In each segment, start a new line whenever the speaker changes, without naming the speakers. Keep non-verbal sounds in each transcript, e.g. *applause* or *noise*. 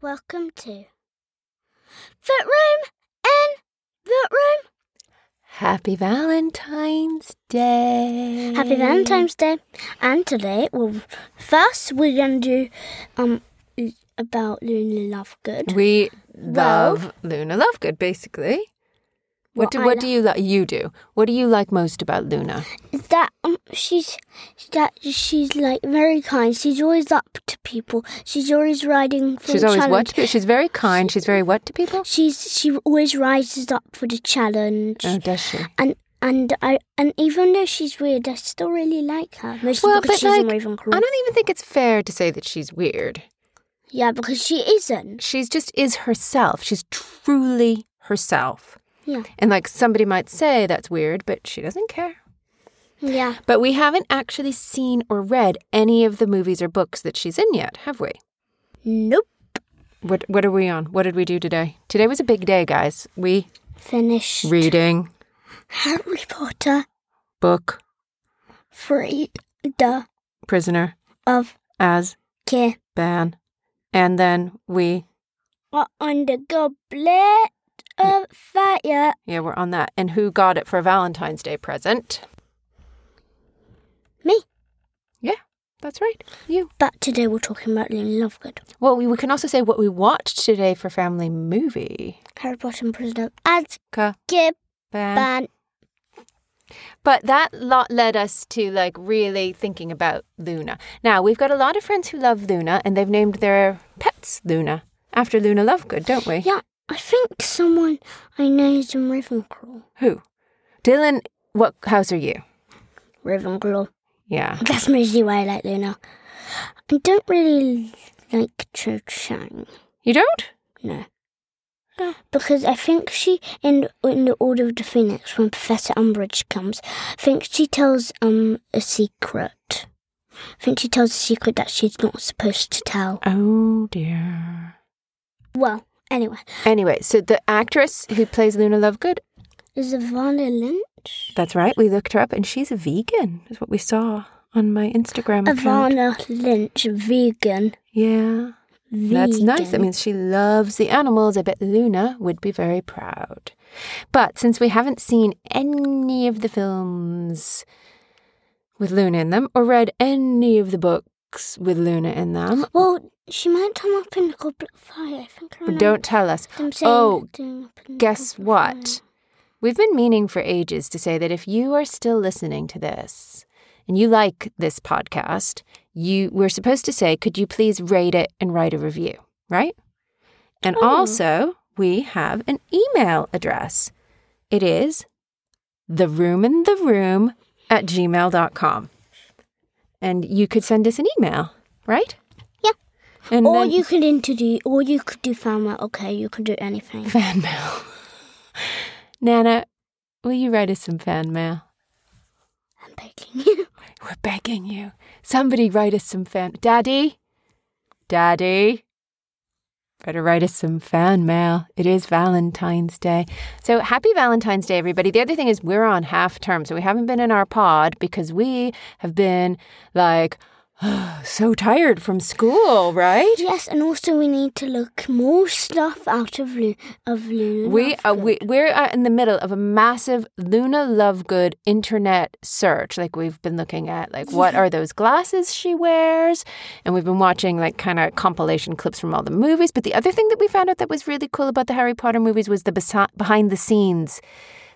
Welcome to Foot Room and Root Room.
Happy Valentine's Day.
Happy Valentine's Day! And today, well, first we're gonna do um about Luna Lovegood.
We
Well-
love Luna Lovegood, basically. What
What
do
I
what
lo-
do you like? You do. What do you like most about Luna?
Is That um, she's that she's like very kind. She's always up to people. She's always riding for
She's
the
always what?
challenge.
to pe- She's very kind. She's very what to people?
She's she always rises up for the challenge.
Oh, does she?
and and I and even though she's weird, I still really like her. Mostly
Well,
because
but
she's in
like, I
Ravenclaw.
don't even think it's fair to say that she's weird.
Yeah, because she isn't.
She's just is herself. She's truly herself.
Yeah,
And like somebody might say that's weird, but she doesn't care.
yeah.
But we haven't actually seen or read any of the movies or books that she's in yet, have we?
Nope.
What what are we on? What did we do today? Today was a big day, guys. We
Finished.
reading
Harry Potter
book
free the
prisoner
of
as
care
ban, and then we
on the goblet of fire.
yeah we're on that. And who got it for a Valentine's Day present?
Me.
Yeah, that's right. You.
But today we're talking about Luna Lovegood,
Well, we, we can also say what we watched today for family movie.
Harry Potter and Prisoner of Azkaban.
Ka
Ban.
But that lot led us to like really thinking about Luna. Now we've got a lot of friends who love Luna, and they've named their pets Luna after Luna Lovegood, don't we?
Yeah, I think someone I know is in Ravenclaw.
Who? Dylan. What house are you?
Ravenclaw.
Yeah.
That's mostly why I like Luna. I don't really like Cho Chang.
You don't?
No.
Oh.
Because I think she, in in the Order of the Phoenix, when Professor Umbridge comes, I think she tells um a secret. I think she tells a secret that she's not supposed to tell.
Oh dear.
Well, anyway,
Anyway, so the actress who plays Luna Lovegood.
is Ivana Lynch?
That's right. We looked her up, and she's a vegan. Is what we saw on my Instagram account.
Ivana Lynch, vegan.
Yeah.
vegan.
That's nice. That means she loves the animals. I bet Luna would be very proud. But since we haven't seen any of the films with Luna in them or read any of the books with Luna in them,
Well, she might come up in the Goblet of Fire. I think I remember
don't tell us.
them Hmm. saying
Oh,
that doing up in the
guess
Goblet of
what?
Fire.
We've been meaning for ages to say that if you are still listening to this and you like this podcast, you we're supposed to say, could you please rate it and write a review, right? And
Oh.
also, we have an email address. It is the room in the room at gmail.com. And you could send us an email, right?
Yeah.
And
or
then-
you could interview, or you could do fan mail. Okay, you could do anything.
*laughs* fan mail. Nana, will you write us some fan mail?
I'm begging you.
We're begging you. Somebody write us some fan. Daddy? Daddy? Better write us some fan mail. It is Valentine's Day. So happy Valentine's Day, everybody. The other thing is, we're on half term, so we haven't been in our pod because we have been like *sighs* so tired from school, right?
Yes, and also we need to look more stuff out of Lu- of Luna.
We are
Lovegood.
we, we're uh, in the middle of a massive Luna Lovegood internet search. Like we've been looking at
*laughs*
like what are those glasses she wears, and we've been watching like kind of compilation clips from all the movies. But the other thing that we found out that was really cool about the Harry Potter movies was the besi- behind the scenes,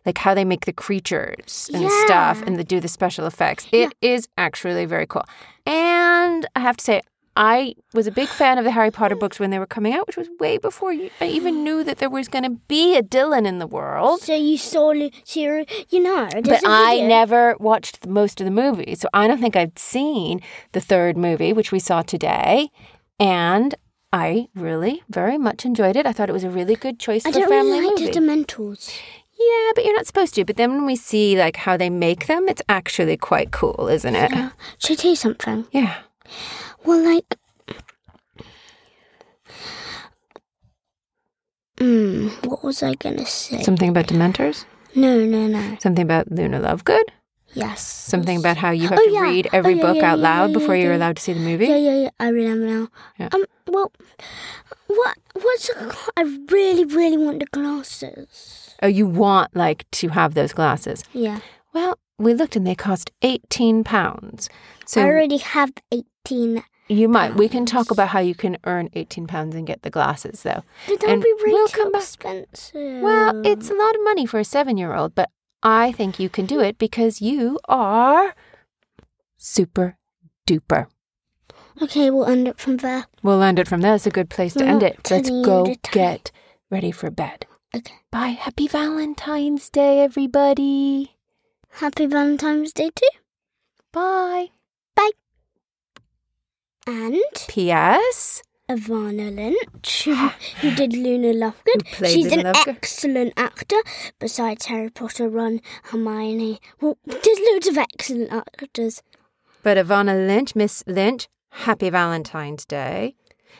like how they make the creatures and stuff,
Yeah.
and they do the special effects. It is actually very cool, and I have to say. I was a big fan of the Harry Potter books when they were coming out, which was way before you- I even knew that there was going to be a Dylan in the world.
So you saw Lu- so you you know.
But
there's a
I
video.
never watched the, most of the movies, so I don't think I've seen the third movie, which we saw today, and I really very much enjoyed it. I thought it was a really good choice
I
for
don't
family
really like
movie.
the Dementors.
yeah, but you're not supposed to. But then when we see like how they make them, it's actually quite cool, isn't it?
Uh, should I tell you something?
yeah.
Well, like. Mm, what was I gonna say?
Something about Dementors.
no, no, no.
Something about Luna Lovegood.
Yes.
Something about how you have
Oh,
to
yeah.
read every
Oh, yeah,
book
yeah,
out
yeah,
loud
yeah,
before
yeah,
you're
yeah.
allowed to see the movie.
Yeah, yeah, yeah. I remember now.
Yeah.
Um. Well, what? What's a? gla- I really, really want the glasses.
Oh, you want like to have those glasses.
Yeah.
Well, we looked and they cost 18 pounds. So
I already have eighteen.
you might we can talk about how you can earn 18 pounds and get the glasses though.
But that
And
would be really
we'll
too
come back-
expensive.
Well, it's a lot of money for a 7-year-old, but I think you can do it because you are super duper.
okay. We'll end it from there.
We'll end it from there. It's a good place to
We're
end
not
it. Let's
telling you
go
the time.
get ready for bed.
Okay.
Bye. Happy Valentine's Day, everybody.
Happy Valentine's Day too.
Bye.
And
P.S.
Ivana Lynch, *laughs* who who did Luna Lovegood.
Who played
She's
Luna
an
Lovegood.
excellent actor. Besides Harry Potter, Ron, Hermione. Well, *laughs* there's loads of excellent actors.
But Ivana Lynch, Miss Lynch, happy Valentine's Day.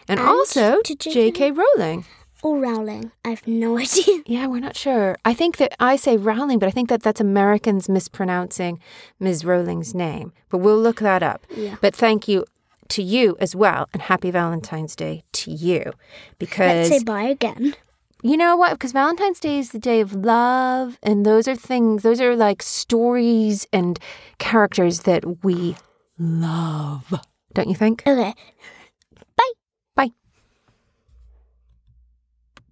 And,
And
also
to
to
J.K.
J.K. Rowling.
Or Rowling. I have no *laughs* idea.
Yeah, we're not sure. I think that I say Rowling, but I think that that's Americans mispronouncing Ms. Rowling's name. But we'll look that up.
Yeah.
But thank you to you as well, and happy Valentine's Day to you.
Let's
Because
say bye again.
You know what? Because Valentine's Day is the day of love, and those are things, those are like stories and characters that we love. Don't you think?
Okay.